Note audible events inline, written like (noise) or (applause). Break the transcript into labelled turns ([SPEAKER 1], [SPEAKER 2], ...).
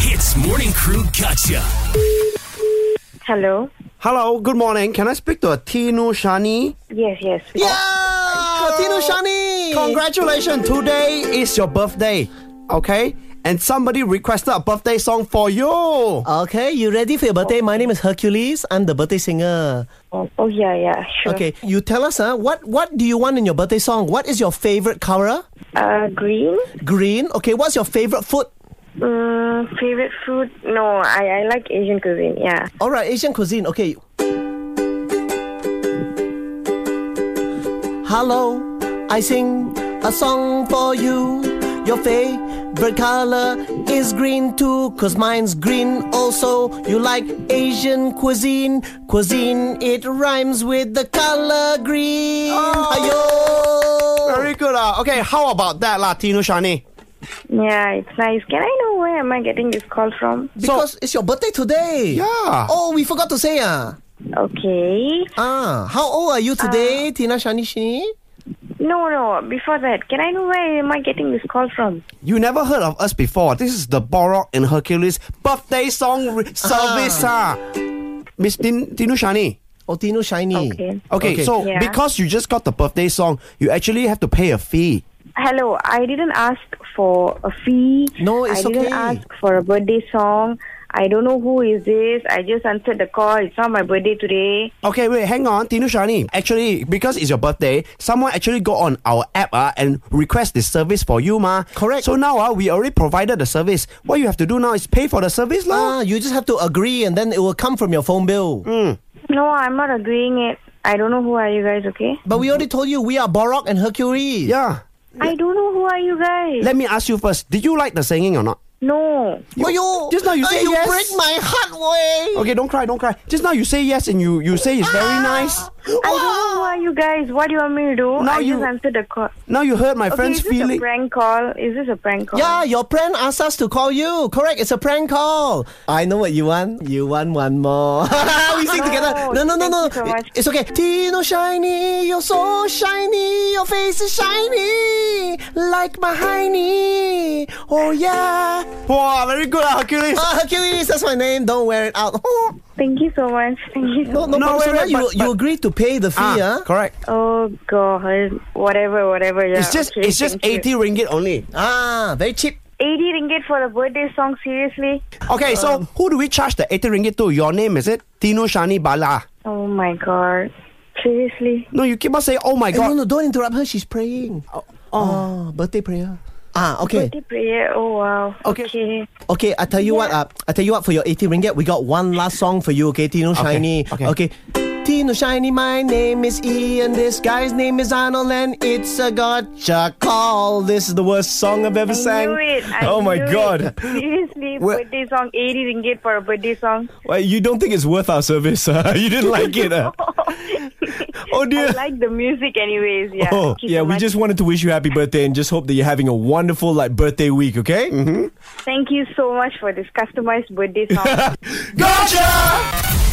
[SPEAKER 1] This morning crew gotcha.
[SPEAKER 2] Hello.
[SPEAKER 3] Hello, good morning. Can I speak to Tinu Shani?
[SPEAKER 2] Yes, yes.
[SPEAKER 3] Yeah!
[SPEAKER 4] Tinu Shani!
[SPEAKER 3] Congratulations! Today is your birthday, okay? And somebody requested a birthday song for you. Oh.
[SPEAKER 4] Okay, you ready for your birthday? My name is Hercules. I'm the birthday singer.
[SPEAKER 2] Oh, oh, yeah, yeah, sure.
[SPEAKER 4] Okay, you tell us, huh, what, what do you want in your birthday song? What is your favorite color?
[SPEAKER 2] Uh, green.
[SPEAKER 4] Green. Okay, what's your favorite food?
[SPEAKER 2] Mm, favorite food? No, I, I like Asian cuisine. Yeah.
[SPEAKER 4] All right, Asian cuisine. Okay. Hello, I sing a song for you. Your favorite color is green too, cause mine's green also. You like Asian cuisine. Cuisine, it rhymes with the color green. Ayo!
[SPEAKER 3] Oh. Very good. Uh, okay, how about that, lah, Tinu Shani?
[SPEAKER 2] Yeah, it's nice. Can I know where am I getting this call from?
[SPEAKER 4] Because it's your birthday today.
[SPEAKER 3] Yeah.
[SPEAKER 4] Oh, we forgot to say, ah.
[SPEAKER 2] Okay.
[SPEAKER 4] Ah, how old are you today,
[SPEAKER 3] Ah.
[SPEAKER 4] Tina Shani Shini?
[SPEAKER 2] No, no. Before that, can I know where am I getting this call from?
[SPEAKER 3] You never heard of us before. This is the Borok and Hercules birthday song re- service. Ah. Miss Tin- Tinu Shani.
[SPEAKER 4] Oh, Tino Shiny.
[SPEAKER 2] Okay.
[SPEAKER 3] Okay, so
[SPEAKER 2] Yeah.
[SPEAKER 3] because you just got the birthday song, you actually have to pay a fee.
[SPEAKER 2] Hello. I didn't ask for a fee.
[SPEAKER 4] No, it's
[SPEAKER 2] I didn't
[SPEAKER 4] okay.
[SPEAKER 2] ask for a birthday song. I don't know who is this. I just answered the call. It's not my birthday today.
[SPEAKER 3] Okay, wait, hang on, Tinu Shani. Actually, because it's your birthday, someone actually go on our app ah and request this service for you, ma.
[SPEAKER 4] Correct.
[SPEAKER 3] So now ah, we already provided the service. What you have to do now is pay for the service, lah.
[SPEAKER 4] Ah, you just have to agree and then it will come from your phone bill.
[SPEAKER 2] No, I'm not agreeing it. I don't know who are you guys. Okay.
[SPEAKER 4] But we already told you we are Borok and Hercules.
[SPEAKER 3] Yeah.
[SPEAKER 2] I don't know who are you guys.
[SPEAKER 3] Let me ask you first. Did you like the singing or not?
[SPEAKER 2] no.
[SPEAKER 4] Oh, you,
[SPEAKER 3] Just now you
[SPEAKER 4] Ah,
[SPEAKER 3] say
[SPEAKER 4] you
[SPEAKER 3] yes.
[SPEAKER 4] break my heart way.
[SPEAKER 3] Okay, don't cry, don't cry. Just now you say yes and you you say it's very
[SPEAKER 2] Ah.
[SPEAKER 3] nice.
[SPEAKER 2] I don't know who are you guys. What do you want me to do? I
[SPEAKER 3] Now you-
[SPEAKER 2] just answered the call.
[SPEAKER 3] Now you hurt my
[SPEAKER 2] Okay,
[SPEAKER 3] friend's
[SPEAKER 2] is this a
[SPEAKER 3] feeling.
[SPEAKER 2] prank call? Is this a prank call?
[SPEAKER 4] Yeah, your friend asked us to call you. Correct, it's a prank call. I know what you want. You want one more. (laughs) we sing together. No, no, no,
[SPEAKER 2] Oh, thank you
[SPEAKER 4] no.
[SPEAKER 2] so much.
[SPEAKER 4] It's okay. Tino shiny, you're so shiny. Your face is shiny, like my hiney. Oh yeah.
[SPEAKER 3] Wow, very good, ah, Hercules.
[SPEAKER 4] Ah, Hercules, that's my name. Don't wear it out. (laughs)
[SPEAKER 2] Thank you so much. Thank you so
[SPEAKER 4] No, no,
[SPEAKER 3] No,
[SPEAKER 4] problem.
[SPEAKER 3] wait,
[SPEAKER 4] So
[SPEAKER 3] wait,
[SPEAKER 4] now you,
[SPEAKER 3] but-
[SPEAKER 4] you
[SPEAKER 3] but-
[SPEAKER 4] agreed to pay the fee,
[SPEAKER 3] Ah,
[SPEAKER 4] huh?
[SPEAKER 3] correct.
[SPEAKER 2] Oh god. Whatever, whatever. Yeah.
[SPEAKER 3] It's just
[SPEAKER 2] okay,
[SPEAKER 3] it's just
[SPEAKER 2] thank
[SPEAKER 3] eighty
[SPEAKER 2] you.
[SPEAKER 3] ringgit only.
[SPEAKER 4] Ah, very cheap.
[SPEAKER 2] 80 ringgit for a birthday song, seriously?
[SPEAKER 3] Okay, so
[SPEAKER 2] Um.
[SPEAKER 3] who do we charge the 80 ringgit to? Your name, is it? Tino Shani Bala.
[SPEAKER 2] Oh my god. Seriously.
[SPEAKER 3] No, you keep on saying, oh my
[SPEAKER 4] Eh, no,
[SPEAKER 3] god.
[SPEAKER 4] no, don't interrupt her. She's praying. Oh, birthday prayer. Ah, okay.
[SPEAKER 2] Birthday prayer. Oh wow.
[SPEAKER 3] Okay.
[SPEAKER 2] okay.
[SPEAKER 4] Okay, I tell you what, uh, I tell you what, for your 80 ringgit, we got one last song for you, okay, Tino Shiny.
[SPEAKER 3] okay.
[SPEAKER 4] Tino Shiny, my name is Ian, this guy's name is Arnold, and it's a gotcha call. This is the worst song I've ever
[SPEAKER 2] I
[SPEAKER 4] sang.
[SPEAKER 2] knew it. I
[SPEAKER 4] oh my
[SPEAKER 2] knew it.
[SPEAKER 4] god.
[SPEAKER 2] Seriously,
[SPEAKER 4] Well-
[SPEAKER 2] birthday song, 80 ringgit for a birthday song.
[SPEAKER 4] Well, you don't think it's worth our service? huh? (laughs) you
[SPEAKER 2] (laughs)
[SPEAKER 4] didn't like it? huh? Oh
[SPEAKER 2] I
[SPEAKER 4] dear.
[SPEAKER 2] like the music anyways, yeah.
[SPEAKER 4] Oh,
[SPEAKER 2] Thank you so
[SPEAKER 4] yeah, we
[SPEAKER 2] much.
[SPEAKER 4] just wanted to wish you happy birthday and just hope that you're having a wonderful like birthday week, okay?
[SPEAKER 2] Thank you so much for this customized birthday
[SPEAKER 4] (laughs)
[SPEAKER 2] song.